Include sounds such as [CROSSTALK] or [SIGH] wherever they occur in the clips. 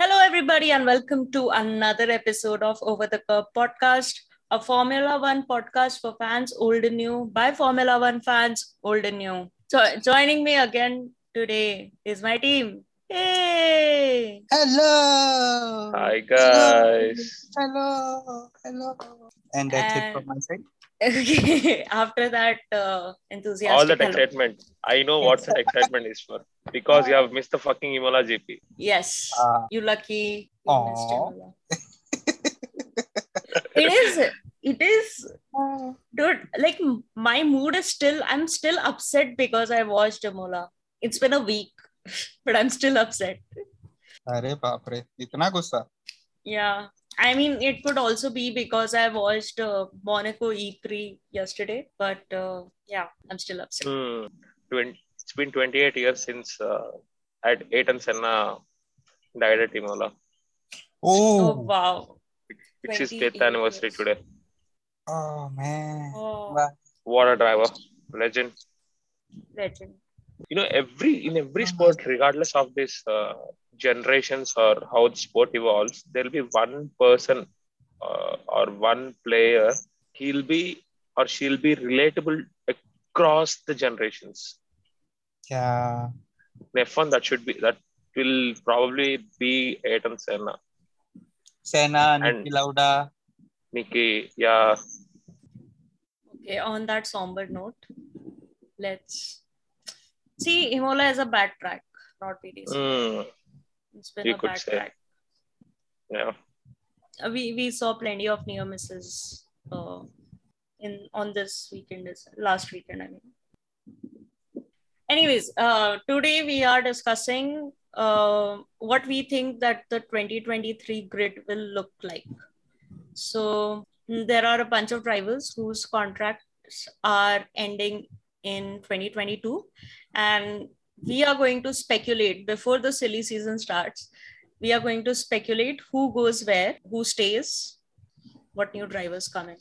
everybody, and welcome to another episode of Over the Curb podcast, a Formula One podcast for fans old and new by Formula One fans old and new. So, joining me again today is my team. Hey! Hello. Hi guys. Hello. Hello. And that's it from my side. [LAUGHS] Okay, after that uh, enthusiastic. All that hello. excitement. I know what that excitement is for. Because you have missed the fucking Imola GP. Yes. Uh, you lucky. You Aw. missed him. it is. It is dude like m- my mood is still i'm still upset because i watched Amola. it's been a week [LAUGHS] but i'm still upset अरे बाप रे इतना गुस्सा yeah i mean it could also be because i watched uh, monaco e3 yesterday but uh, yeah i'm still upset Hmm. Twen- It's been 28 years since uh, at Ayrton Senna died at Imola. oh oh wow It's his 28 fifth anniversary years. today. oh man oh What a driver. Legend. legend You know, every in every sport, regardless of this uh, generations or how the sport evolves, there'll be one person uh, or one player. He'll be or she'll be relatable across the generations. क्या in F1 that should be that will probably be Ayrton Senna, Senna Niki Lauda Nikki, yeah, okay on that somber note let's see imola is a bad track not pdc mm, it's been you a could bad say. track yeah, Uh, we we saw plenty of near misses uh, in on this weekend as last weekend i mean anyways uh, today we are discussing uh, what we think that the 2023 grid will look like so mm, there are a bunch of drivers whose contracts are ending in 2022 and we are going to speculate before the silly season starts we are going to speculate who goes where, who stays, what new drivers come in.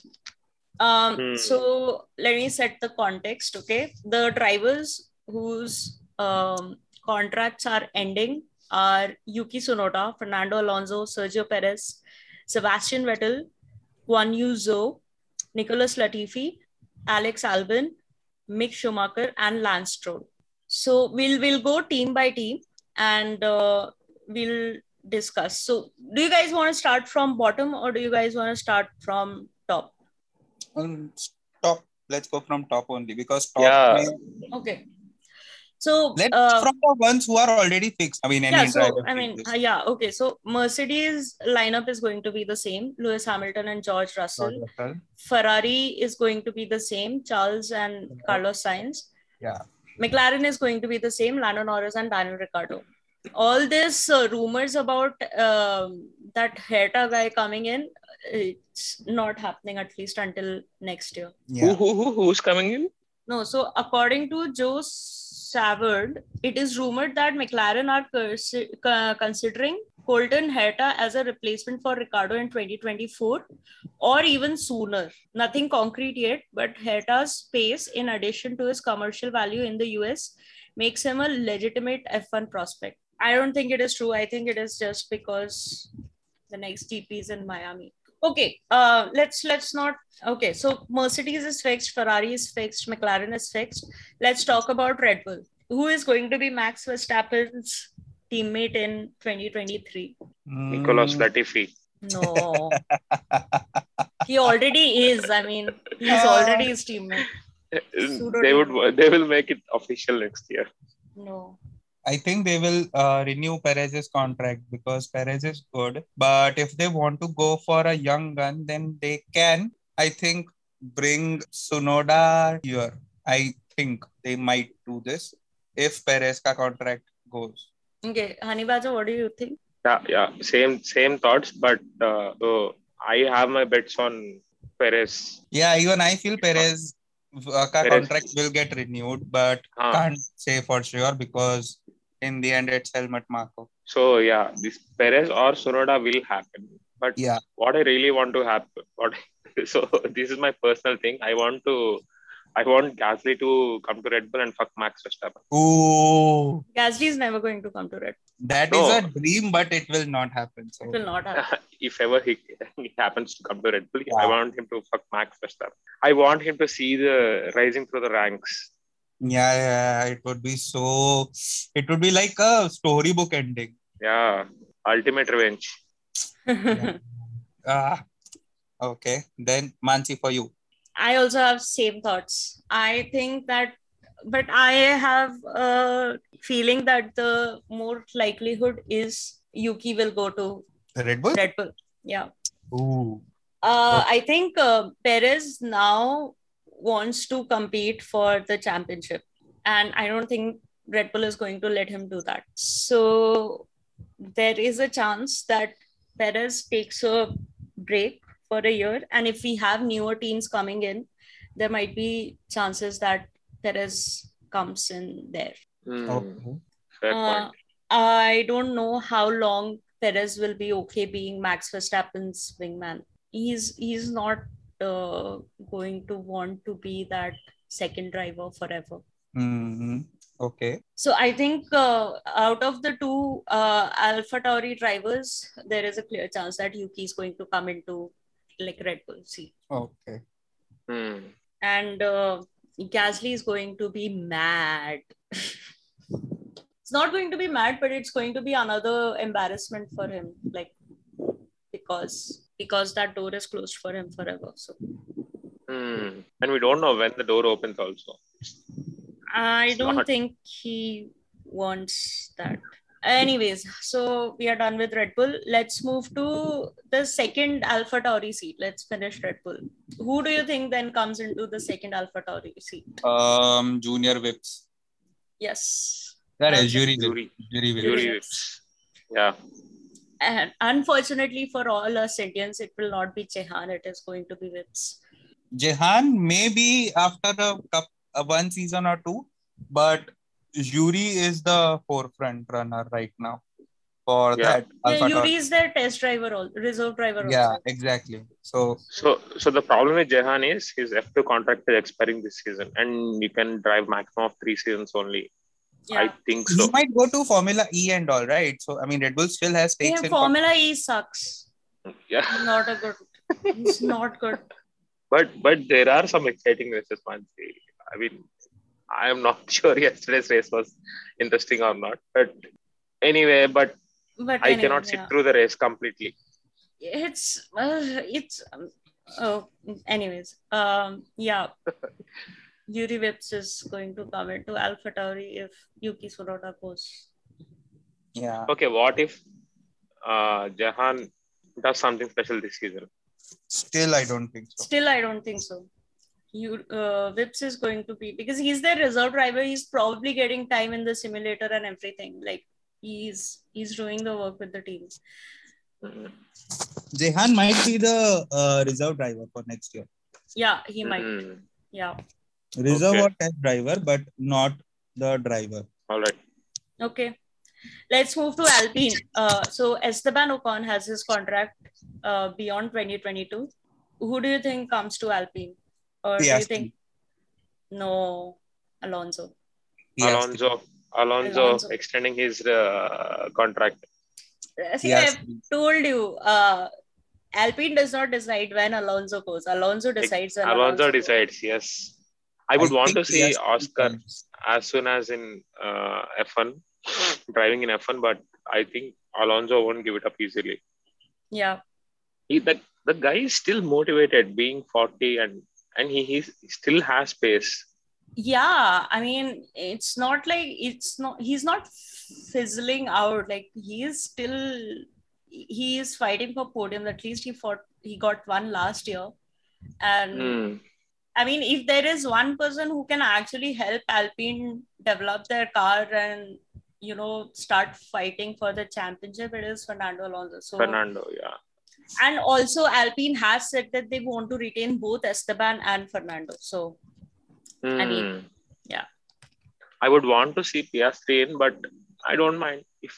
Um, Hmm. So let me set the context, okay? The drivers whose um, contracts are ending are Yuki Tsunoda, Fernando Alonso, Sergio Perez, Sebastian Vettel, Guan Yu Zhou, Nicholas Latifi, Alex Albin, Mick Schumacher, and Lance Stroll. So we'll we'll go team by team and uh, we'll discuss. So do you guys want to start from bottom or do you guys want to start from top? Top let's go from top only because top Yeah. में Okay. So let's uh, from the ones who are already fix I mean yeah, any so I mean, uh, yeah, okay. So Mercedes lineup is going to be the same: Lewis Hamilton and George Russell. Driver Ferrari is going to be the same, Charles and Carlos Sainz. Yeah. McLaren is going to be the same, Lando Norris and Daniel Ricciardo. All this uh, rumors about um, that Herta guy coming in, uh, it's not happening at least until next year. Who, who, who who's coming in? No, so according to Joe Savard, it is rumored that McLaren are cons- uh, considering Colton Herta as a replacement for Ricardo in 2024 or even sooner. Nothing concrete yet, but Herta's space, in addition to his commercial value in the US, makes him a legitimate F1 prospect. I don't think it is true. I think it is just because the next GP is in Miami. Okay, uh, let's let's not Okay, so Mercedes is fixed, Ferrari is fixed, McLaren is fixed. Let's talk about Red Bull. Who is going to be Max Verstappen's teammate in 2023? Uh, Nicholas Hmm. Latifi. No, [LAUGHS] he already is. I mean, he's already his teammate. Pseudonym. They would they will make it official next year. No. I think they will uh, renew Perez's contract because Perez is good. But if they want to go for a young gun, then they can, I think, bring Sunoda here. I think they might do this if Perez ka contract goes. Okay, Hanibaja, what do you think? Yeah, yeah, same same thoughts, but uh, oh, I have my bets on Perez. Yeah, even I feel Perez uh, ka Perez. Ah. contract will get renewed, but Huh. can't say for sure because in the end it's Helmut Marko. So yeah, this Perez or Sonoda will happen. But Yeah. what I really want to happen, what [LAUGHS] so this is my personal thing. I want to, I want Gasly to come to Red Bull and fuck Max Verstappen. Ooh. Oh. Gasly is never going to come to Red. That No. is a dream, but it will not happen. So It will not happen. if ever he, [LAUGHS] he happens to come to Red Bull, I Yeah. want him to fuck Max Verstappen. I want him to see the rising through the ranks. yeah, yeah, it would be so. It would be like a storybook [LAUGHS] ending. Yeah, ultimate revenge. [LAUGHS] Ah, okay. Then Mansi for you. [LAUGHS] I also have same thoughts. I think that, but I have a feeling that the more likelihood is Yuki will go to Red Bull. Red Bull. Yeah. Ooh. Uh, I think uh, Perez now wants to compete for the championship, and I don't think Red Bull is going to let him do that. So there is a chance that Perez takes a break for a year, and if we have newer teams coming in, there might be chances that Perez comes in there. Hmm, Okay. Fair Uh, point. I don't know how long Perez will be okay being Max Verstappen's wingman. He's he's not uh, going to want to be that second driver forever. hmm Okay. So I think uh, out of the two uh, AlphaTauri drivers, there is a clear chance that Yuki is going to come into like Red Bull seat, Okay. Hmm. and uh, Gasly is going to be mad. it's not going to be mad, but it's going to be another embarrassment for him, like because because that door is closed for him forever. So Hmm. And we don't know when the door opens also. I It's don't not- think he wants that. Anyways, so we are done with Red Bull. Let's move to the second Alpha Tauri seat. Let's finish Red Bull. Who do you think then comes into the second Alpha Tauri seat? Um, junior whips. Yes. That Okay. is jury whips. Yuri, Jury whips. Yuri Yuri. whips. Yeah. And unfortunately for all us Indians, it will not be Chehan. It is going to be Vips. Jehan maybe after a cup, a one season or two, but Yuri is the forefront runner right now for Yeah. that Yeah, Alpha Yuri is their test driver, all, reserve driver. Yeah, Also. exactly. So So, so the problem with Jahan is his F2 contract is expiring this season, and you can drive maximum of three seasons only. Yeah. I think he so. might go to Formula E and all right. So I mean, Red Bull still has stakes yeah in Formula E sucks. Yeah. Not a good. It's not good. but but there are some exciting races Mansi. i mean i am not [LAUGHS] sure yesterday's race was interesting or not but anyway but But i anyway, cannot sit yeah. through the race completely it's uh, it's um, oh anyways um [LAUGHS] yeah yuri Vips is going to come into alpha tauri if yuki Tsunoda goes E. Yeah. okay what if uh jahan does something special this season Still, I don't think so. still i don't think so you uh, Vips is going to be because he's their reserve driver he's probably getting time in the simulator and everything like he's he's doing the work with the teams Jehan might be the uh, reserve driver for next year. yeah he might Mm, yeah Reserve Okay. or test driver, but not the driver. all right Okay. Let's move to Alpine. Uh, so Esteban Ocon has his contract uh, beyond 2022. Who do you think comes to Alpine? Or do you Piastri. think no Alonso? He has to- alonso alonso Alonso. extending his uh, contract See, he has I've to- told you, uh, Alpine does not decide when Alonso goes. Alonso decides when alonso goes. decides yes i would I want to think he see has to oscar comes. as soon as in uh, F1, driving in F1, but I think Alonso won't give it up easily. Yeah, He, that the guy is still motivated, being 40, and and he, he still has space. yeah. I mean, it's not like it's not. He's not fizzling out. Like he is still he is fighting for podium. At least he fought. He got one last year, and Hmm. I mean, if there is one person who can actually help Alpine develop their car and you know start fighting for the championship, it is Fernando Alonso. So, Fernando, yeah, and also Alpine has said that they want to retain both Esteban and Fernando. So I mean, Hmm. yeah. I would want to see Piastri in, but I don't mind if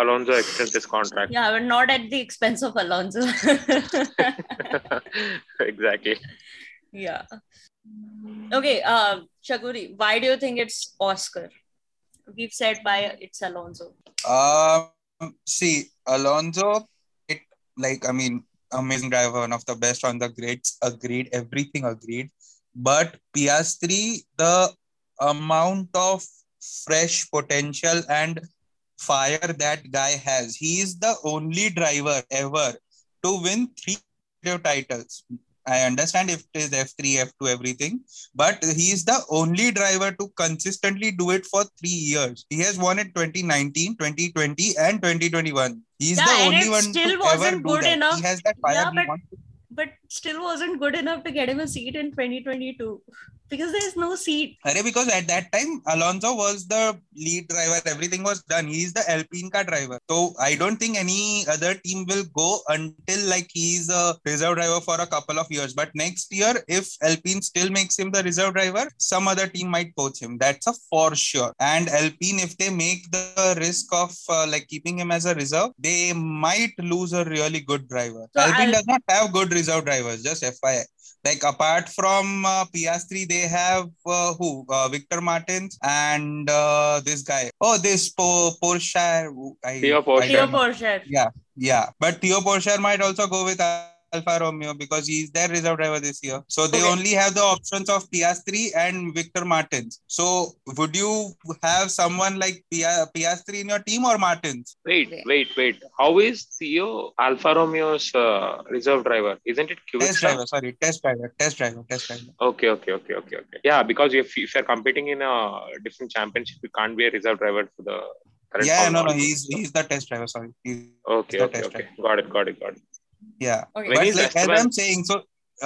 Alonso extends his contract. yeah, but not at the expense of Alonso. [LAUGHS] [LAUGHS] exactly. uh, yeah. Okay, um, Shaguri, why do you think it's Oscar? we've said by it's Alonso. Um, see, Alonso, it like I mean, amazing driver, one of the best on the grids. Agreed, everything agreed. But Piastri, the amount of fresh potential and fire that guy has, he is the only driver ever to win three titles. I understand if it is F3, F2, everything, but he is the only driver to consistently do it for three years. He has won it 2019, 2020, and 2021. He's Yeah, the and only it one still to ever wasn't do good that. enough. He has that fire. Yeah, he but- wants to- But still wasn't good enough to get him a seat in 2022 because there's no seat. Arre, because at that time Alonso was the lead driver, everything was done. He's the Alpine car driver. So I don't think any other team will go until like he's a reserve driver for a couple of years. But next year, if Alpine still makes him the reserve driver, some other team might poach him. That's a for sure. And Alpine, if they make the risk of uh, like keeping him as a reserve, they might lose a really good driver. So Alpine I'll- does not have good reserve drivers, just FYI like apart from uh, Piastri, they have uh, who uh, Victor Martins and uh, this guy. Oh, this po- Porsche. I, Theo I Porcher. Theo don't know. Porcher. Yeah, but Theo Porsche might also go with Alfa Romeo because he's their reserve driver this year. So they Okay. only have the options of Piastri and Victor Martins. So would you have someone like Pia- Piastri in your team or Martins? Wait, Okay. wait, wait. How is Theo Alfa Romeo's uh, reserve driver? Isn't it Test Kubica? driver, sorry, test driver, test driver, test driver. Okay, okay, okay, okay, okay. Yeah, because if, if you're competing in a different championship, you can't be a reserve driver for the current. Yeah, form no, no, also. he's he's the test driver. Sorry, He's- Okay, the okay, test okay. Got it, got it, got it. yeah. Okay. When But he's like, as Esteban- I'm saying, so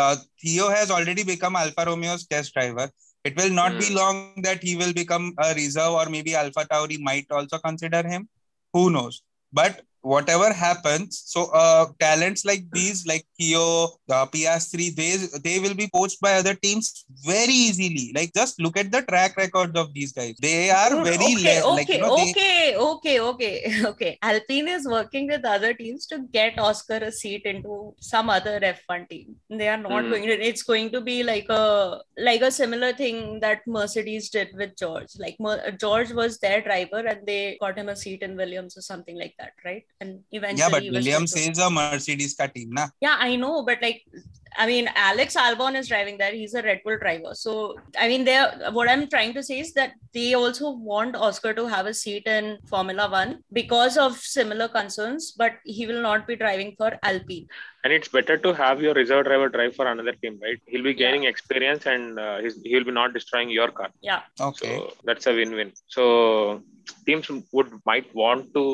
uh, Theo has already become Alfa Romeo's test driver. It will not be Hmm. long that he will become a reserve, or maybe Alpha Tauri might also consider him. Who knows? But whatever happens, so uh, talents like these, like Theo, uh, Piastri, they they will be poached by other teams very easily. Like just look at the track records of these guys. They are very okay, le- okay, like you know, they- okay, okay, okay, [LAUGHS] okay. Alpine is working with other teams to get Oscar a seat into some other F1 team. They are not Hmm. going to. It's going to be like a like a similar thing that Mercedes did with George. Like Mer- George was their driver, and they got him a seat in Williams or something like that, right? And eventually, yeah, but he was Williams with- is a Mercedes ka team, na? yeah, I know, but like, I mean, Alex Albon is driving there. He's a Red Bull driver. So, I mean, they're what I'm trying to say is that they also want Oscar to have a seat in Formula One because of similar concerns, but he will not be driving for Alpine. And it's better to have your reserve driver drive for another team, right? He'll be gaining experience and uh, he's, he'll be not destroying your car. So Okay. that's a win-win. So teams would might want to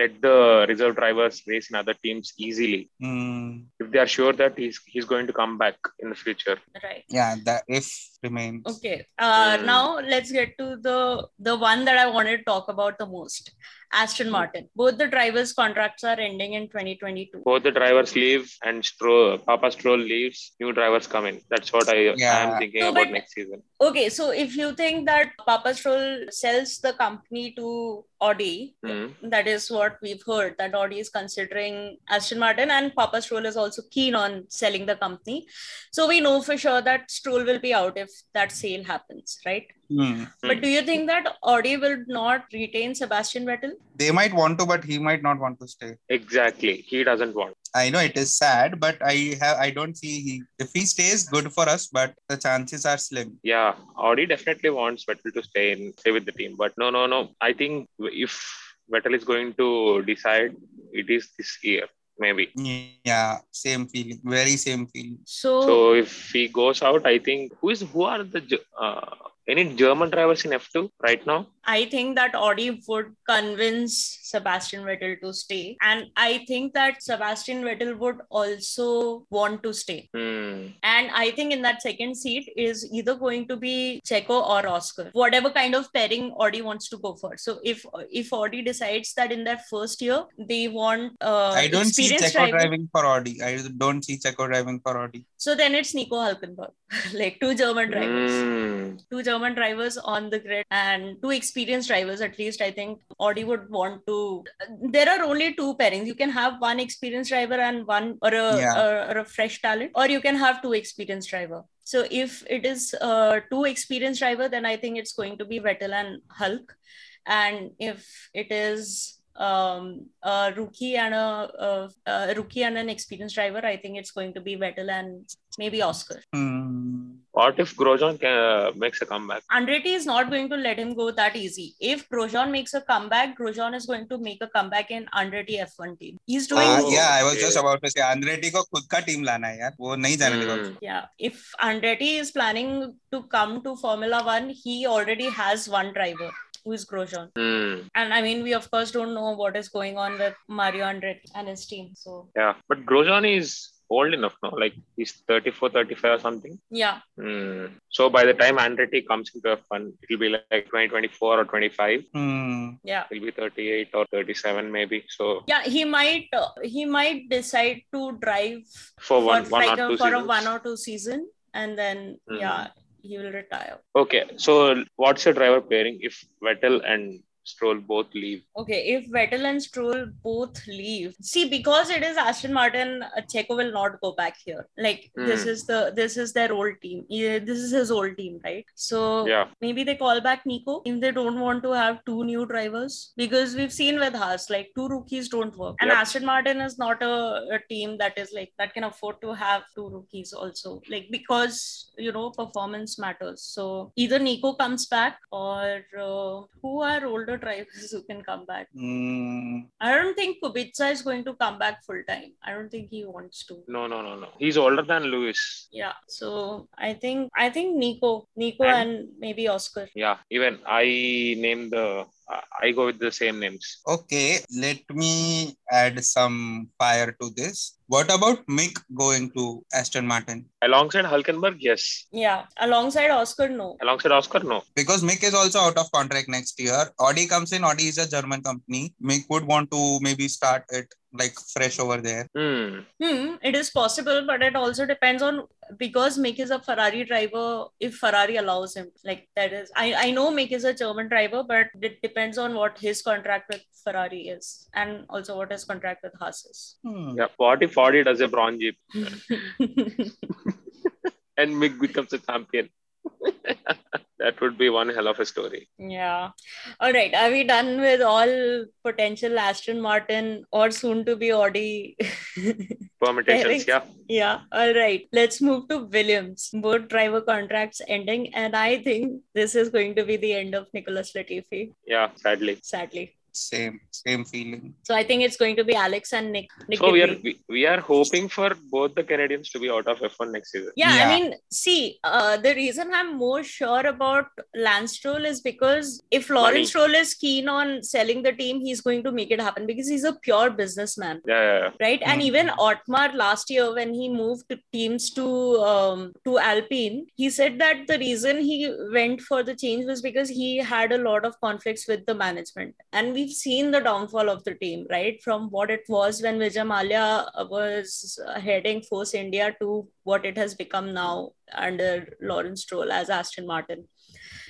let the reserve drivers race in other teams easily Hmm. if they are sure that he's he's going to come back in the future. Right. yeah, that if remains. Okay. Uh, Hmm. Now let's get to the the one that I wanted to talk about the most, Aston Martin. Both the drivers' contracts are ending in 2022. Both the drivers leave and Stroll, Papa Stroll leaves, new drivers come in. That's what I Yeah. am thinking No, about but- next season. Okay, so if you think that Papa Stroll sells the company to Audi, Hmm. that is what we've heard that Audi is considering Aston Martin, and Papa Stroll is also keen on selling the company. So we know for sure that Stroll will be out if that sale happens, right? Hmm. But do you think that Audi will not retain Sebastian Vettel? they might want to but he might not want to stay Exactly. He doesn't want. i know it is sad but i have i don't see he if he stays good for us but the chances are slim Yeah, Audi definitely wants Vettel to stay in stay with the team, but no, no, no. I think if Vettel is going to decide, it is this year maybe. yeah same feeling very same feeling So, So if he goes out, I think who is who are the Ge- uh, any German drivers in F2 right now? I think that Audi would convince Sebastian Vettel to stay, and I think that Sebastian Vettel would also want to stay. Hmm. And I think in that second seat is either going to be Checo or Oscar, whatever kind of pairing Audi wants to go for. So if if Audi decides that in their first year they want uh, i don't see experienced Checo driver, driving for audi i don't see Checo driving for audi so then it's Nico Hulkenberg, [LAUGHS] like two German drivers. Hmm. two German drivers on the grid and two experienced drivers, at least I think Audi would want to. There are only two pairings. You can have one experienced driver and one or a, Yeah. or, or a fresh talent, or you can have two experienced driver. So if it is uh, two experienced driver, then I think it's going to be Vettel and Hulk. and if it is um, a rookie and a, a, a rookie and an experienced driver, I think it's going to be Vettel and maybe Oscar. Hmm. What if Grosjean can, uh, makes a comeback? Andretti is not going to let him go that easy. If Grosjean makes a comeback, Grosjean is going to make a comeback in Andretti F1 team. He's doing हाँ, वो- Uh, yeah, I was just ये- about to say Andretti को खुद का team लाना है यार वो नहीं जाने देगा Hmm. yeah if andretti is planning to come to formula 1 he already has one driver who is grosjean Hmm. and i mean we of course don't know what is going on with mario andretti and his team so Yeah, but Grosjean is old enough now. Like he's 34, 35 or something. yeah Hmm. So by the time Andretti comes into F1, it'll be like 2024 or 25. Hmm. yeah He'll be 38 or 37 maybe. So yeah he might uh, he might decide to drive for one, for one like or two a, for a seasons. one or two season and then Mhm. yeah he will retire Okay, so what's your driver pairing if Vettel and Stroll both leave? Okay, if Vettel and Stroll both leave, see because it is Aston Martin, uh, Checo will not go back here. Like this Hmm. is the this is their old team. Yeah, this is his old team, right? So Yeah, maybe they call back Nico if they don't want to have two new drivers because we've seen with Haas like two rookies don't work, and Yep. Aston Martin is not a, a team that is like that can afford to have two rookies also like because you know performance matters. So either Nico comes back or uh, who are older drivers who can come back. Hmm. I don't think Kubica is going to come back full time. I don't think he wants to. no, no, no, no. He's older than Lewis. Yeah, so I think I think Nico, Nico, And- and maybe Oscar. Yeah, even I name the, I- I go with the same names. Okay, let me add some fire to this. What about Mick going to Aston Martin? Alongside Hulkenberg, yes. Yeah, alongside Oscar, no. Alongside Oscar, no. Because Mick is also out of contract next year. Audi comes in, Audi is a German company. Mick would want to maybe start it like fresh over there. Hmm. Hmm, it is possible, but it also depends on because Mick is a Ferrari driver. If Ferrari allows him, like that is, I I know Mick is a German driver, but it depends on what his contract with Ferrari is, and also what his contract with Haas is. Hmm. Yeah, what if Audi does a bronze jeep and Mick becomes a champion? [LAUGHS] that would be one hell of a story. [LAUGHS] Yeah. All right. Are we done with all potential Aston Martin or soon to be Audi? [LAUGHS] Permutations, Pairings. yeah. Yeah. All right. Let's move to Williams. Both driver contracts ending. And I think this is going to be the end of Nicholas Latifi, Yeah, sadly. sadly. Same, same feeling. So I think it's going to be Alex and Nick. Nick So we are Debris. we, we are hoping for both the Canadians to be out of F1 next season. yeah, Yeah. I mean, see, uh, the reason I'm more sure about Lance Stroll is because if Lawrence Stroll is keen on selling the team, he's going to make it happen because he's a pure businessman. Yeah, yeah, yeah. right and Mm. even otmar last year when he moved teams to um, to alpine he said that the reason he went for the change was because he had a lot of conflicts with the management and we've seen the downfall of the team right from what it was when vijay malia was uh, heading force india to what it has become now under lawrence stroll as aston martin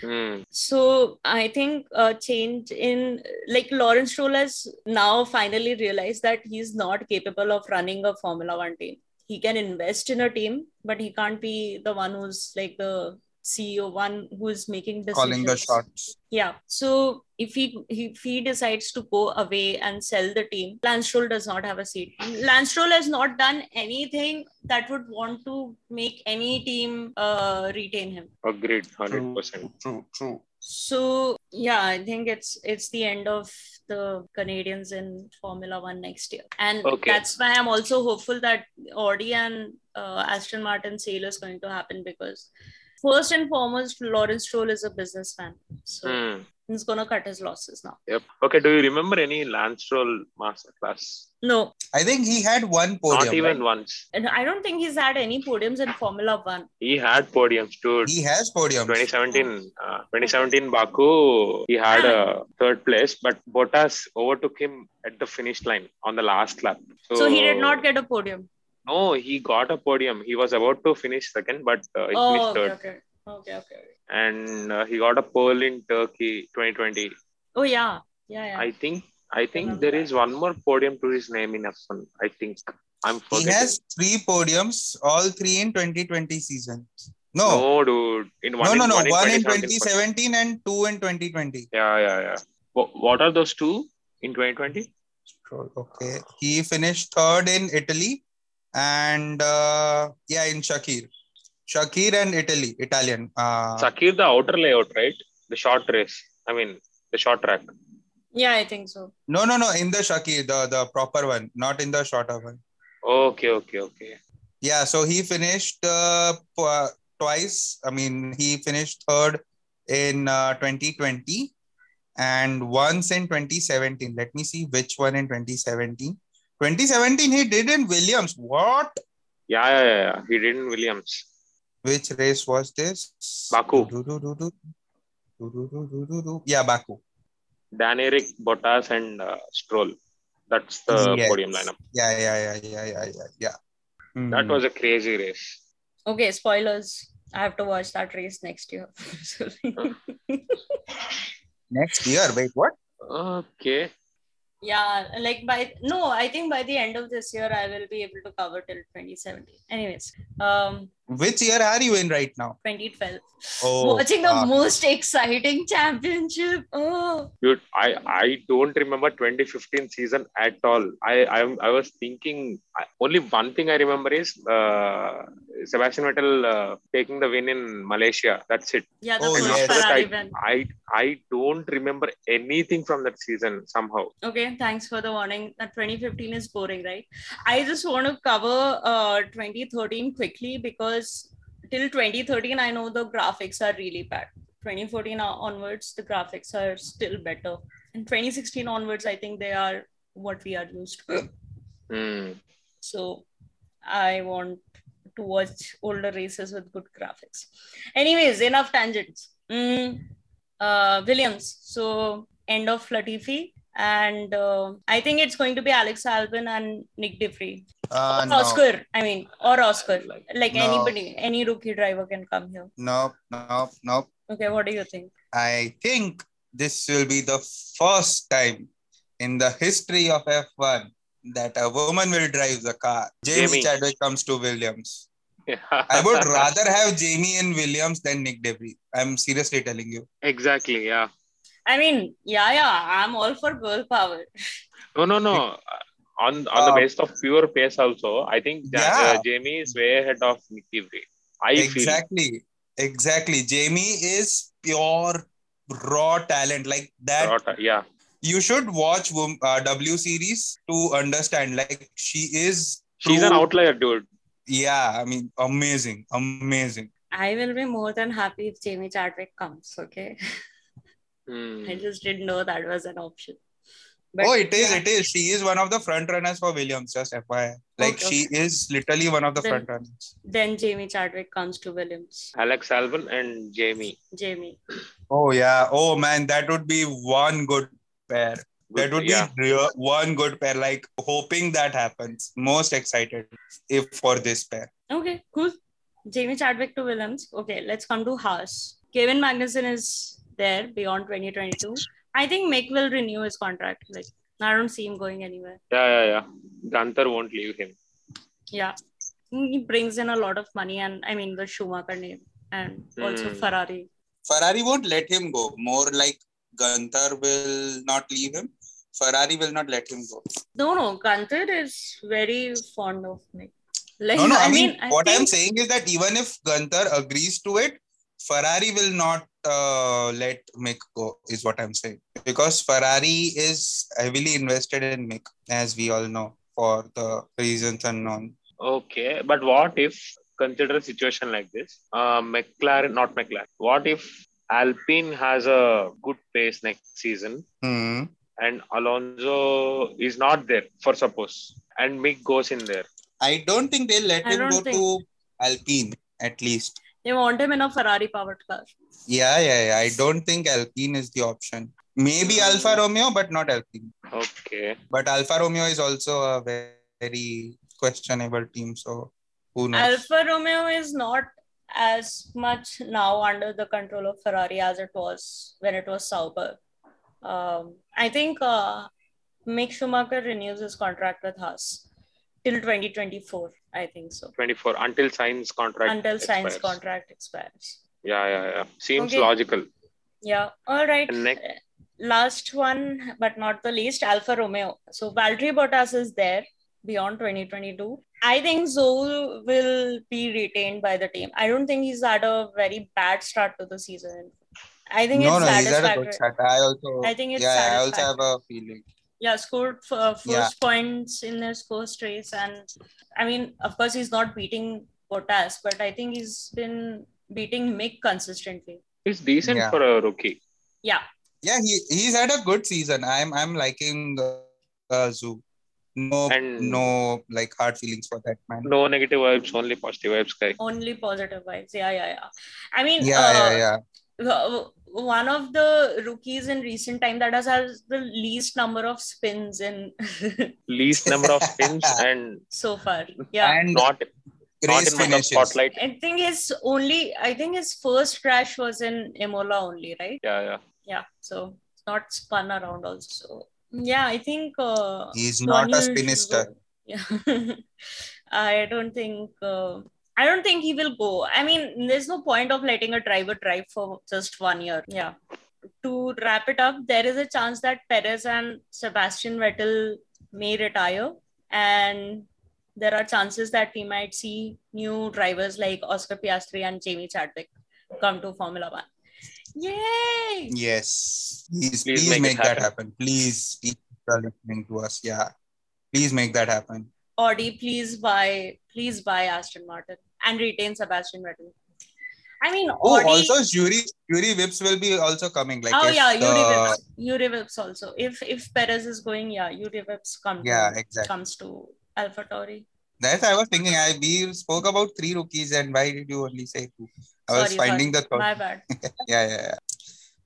Hmm. so I think a change in like Lawrence Stroll has now finally realized that he's not capable of running a Formula One team. He can invest in a team, but he can't be the one who's like the CEO, one who's making decisions. Calling the shots. Yeah. So if he if he decides to go away and sell the team, Lance Stroll does not have a seat. Lance Stroll has not done anything that would want to make any team uh, retain him Agreed, hundred True, percent. true, true. so yeah i think it's it's the end of the canadians in formula one next year and Okay. that's why i'm also hopeful that audi and uh, aston martin sale is going to happen because first and foremost lawrence stroll is a businessman so Hmm. he's going to cut his losses now Yep. Okay. Do you remember any Lance Stroll masterclass? no I think he had one podium. Not even once. and i don't think he's had any podiums in formula one He had podiums, dude. right? He has podiums. 2017, uh, 2017 Baku, he had a third place, but Bottas overtook him at the finish line on the last lap. So, so he did Oh. not get a podium No, he got a podium. He was about to finish second, but uh, he oh finished okay, third, okay okay okay and uh, he got a pole in Turkey 2020. oh yeah yeah yeah I think. I think Remember there is one more podium to his name in F1. I think I'm He forgetting. has three podiums, all three in 2020 season. No, no, dude. In one oh. no, in, no, no. one, One in 2017. 2017 and two in 2020. Yeah, yeah, yeah. Wh- What are those two in 2020? Stroll, Okay. He finished third in Italy and uh, yeah, in Shakir. Shakir and Italy, Italian. Uh, Sakir, the outer layout, right? The short race. I mean, the short track. Yeah, I think so. no, no, no, in the Shakir, the, the proper one, not in the shorter one. Okay, okay, okay. Yeah, so he finished uh, p- uh, twice. I mean, he finished third in uh, 2020 and once in 2017. Let me see which one in 2017. 2017, he did in Williams. What? Yeah, yeah, yeah, yeah. He did in Williams. Which race was this? Baku. Do, do, do, do. Do, do, do, do, do, do. Yeah, Baku. Dan Eric, Bottas, and uh, Stroll. That's the Yes. podium lineup. Yeah, yeah, yeah, yeah, yeah, yeah, yeah. That Hmm. was a crazy race. Okay, spoilers. I have to watch that race next year. [LAUGHS] next year. Wait, what? Okay. yeah, like by no, I think by the end of this year I will be able to cover till 2017. Anyways, um, Which year are you in right now? 2012. Oh, Watching the fuck. most [LAUGHS] exciting championship. Oh, Dude, I, I don't remember 2015 season at all. I I, I was thinking I, only one thing I remember is uh, Sebastian Vettel uh, taking the win in Malaysia. That's it. yeah, the Oh, first yes. Ferrari Right. win. I I don't remember anything from that season somehow. Okay, thanks for the warning. That 2015 is boring, right? I just want to cover uh 2013 quickly because till 2013 I know the graphics are really bad. 2014 on- onwards the graphics are still better. And 2016 onwards I think they are what we are used to. Hmm. So I want to watch older races with good graphics. Anyways, enough tangents. Mm, uh, Williams. So end of Latifi. And uh, I think it's going to be Alex Albin and Nick DeFree. Uh, no, Oscar, I mean, or Oscar. Like- Like No. anybody, any rookie driver can come here. no, no, no. Okay, what do you think? I think this will be the first time in the history of F1 that a woman will drive the car. Jamie, Jamie. Chadwick comes to Williams. I [LAUGHS] would rather have Jamie in Williams than Nick Debris. I'm seriously telling you. exactly. Yeah. I mean, yeah, yeah, I'm all for girl power. No, no, no. On on the Uh, basis of pure pace also, I think that, Yeah. uh, Jamie is way ahead of Nicky Bree. I feel. exactly. Exactly. Jamie is pure raw talent. Like that Rota- yeah. you should watch wom- uh, W series to understand. Like she is She's an true- outlier, dude. Yeah, I mean, amazing, amazing. I will be more than happy if Jamie Chadwick comes, okay? Hmm. I just didn't know that was an option. But oh, it is, yeah. it is. She is one of the front runners for Williams. Just FYI, like Okay, she is literally one of the Then- front runners. Then Jamie Chadwick comes to Williams. Alex Albon and Jamie. Jamie. Oh yeah. Oh man, that would be one good pair. That would yeah. be real, one good pair. Like hoping that happens. Most excited if for this pair. Okay, cool. Jamie Chadwick to Williams. Okay, let's come to Haas. Kevin Magnussen is there beyond 2022. I think Mick will renew his contract. Like, I don't see him going anywhere. Yeah, yeah, yeah. Gunther won't leave him. Yeah. He brings in a lot of money, and I mean, the Schumacher name and also Hmm. Ferrari. Ferrari won't let him go. More like Gunther will not leave him. Ferrari will not let him go. No, no, Gunther is very fond of Mick. Like, No, no. I, mean, I what I'm think- saying is that even if Gunther agrees to it, Ferrari will not uh, let Mick go. Is what I'm saying because Ferrari is heavily invested in Mick, as we all know, for the reasons unknown. Okay, but what if consider a situation like this? Uh, McLaren, not McLaren. What if Alpine has a good pace next season Hmm. and Alonso is not there for suppose, and Mick goes in there? I don't think they'll let I him don't go think- to Alpine at least. they want him in a Ferrari powered car. Yeah, yeah, yeah. I don't think Alpine is the option. Maybe Hmm. Alfa Romeo, but not Alpine. Okay, But Alfa Romeo is also a very, very questionable team. So who knows? Alfa Romeo is not as much now under the control of Ferrari as it was when it was Sauber. Um, I think uh, Mick Schumacher renews his contract with Haas till 2024. I think so. 24 until Sainz contract. Until Sainz's expires. contract expires. Yeah, yeah, yeah. Seems Okay. logical. Yeah. All right. And next, Last one, but not the least, Alfa Romeo. So Valtteri Bottas is there beyond 2022. I think Zol will be retained by the team. I don't think he's had a very bad start to the season. I think no, it's no, he's had a satisfactory. good start. I also, I think it's yeah, I also have satisfactory. a feeling. yeah, scored f- uh, first Yeah. points in his first race, and I mean, of course, he's not beating Bottas, but I think he's been beating Mick consistently. It's decent Yeah. for a rookie. Yeah, he he's had a good season. I'm I'm liking uh, uh, Zoo. No, And- no, like hard feelings for that Uh, man. No negative vibes, only positive vibes, guy. Only positive vibes. Yeah, yeah, yeah. I mean, Yeah, uh, yeah, yeah. w- one of the rookies in recent time that has had the least number of spins in [LAUGHS] Least number [LAUGHS] of spins and so far. Yeah. And not not race in the finishes. spotlight. I think his only, I think his first crash was in Emola only, right? Yeah, yeah. Yeah. So it's not spun around also. Yeah, I think. Uh, He's not a Donald spinster. will- Yeah. [LAUGHS] I don't think. Uh, I don't think he will go. I mean, there's no point of letting a driver drive for just one year. Yeah. To wrap it up, there is a chance that Perez and Sebastian Vettel may retire, and there are chances that we might see new drivers like Oscar Piastri and Jamie Chadwick come to Formula One. Yay! Yes. Please, please, Please make, make it that happen. happen. Please, people are listening to us. Yeah. Please make that happen. Audi, please buy, please buy Aston Martin and retain Sebastian Vettel. I mean, Oh, Audi. also Yuri Yuri Whips will be also coming. Like oh if uh, yeah, the- Yuri Vips, Yuri Vips also. If if Perez is going, yeah, Yuri Vips come to- Yeah, exactly. comes to Alpha Tauri. That's I was thinking. I we spoke about three rookies, and why did you only say two? I was Sorry, finding the third. My bad. Yeah, yeah, yeah.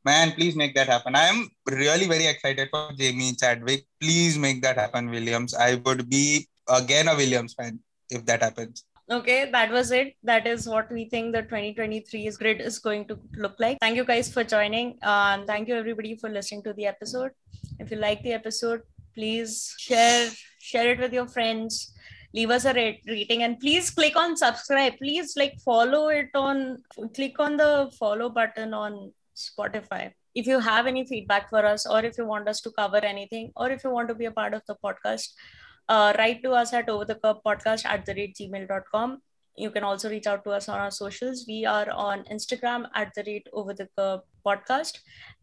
Man, please make that happen. I am really very excited for Jamie Chadwick. Please make that happen, Williams. I would be again a Williams fan if that happens. Okay, that was it. That is what we think the 2023's grid is going to look like. Thank you guys for joining. Um, thank you everybody for listening to the episode. If you like the episode, please share share it with your friends. Leave us a rate, rating and please click on subscribe. Please like follow it on click on the follow button on Spotify. If you have any feedback for us, or if you want us to cover anything, or if you want to be a part of the podcast, uh, write to us at overthecurvepodcast at the rate gmail.com. You can also reach out to us on our socials. We are on Instagram at the rate over the curb podcast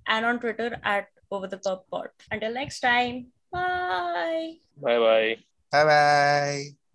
and on Twitter at over the curb pod. Until next time, bye. Bye bye. Bye bye.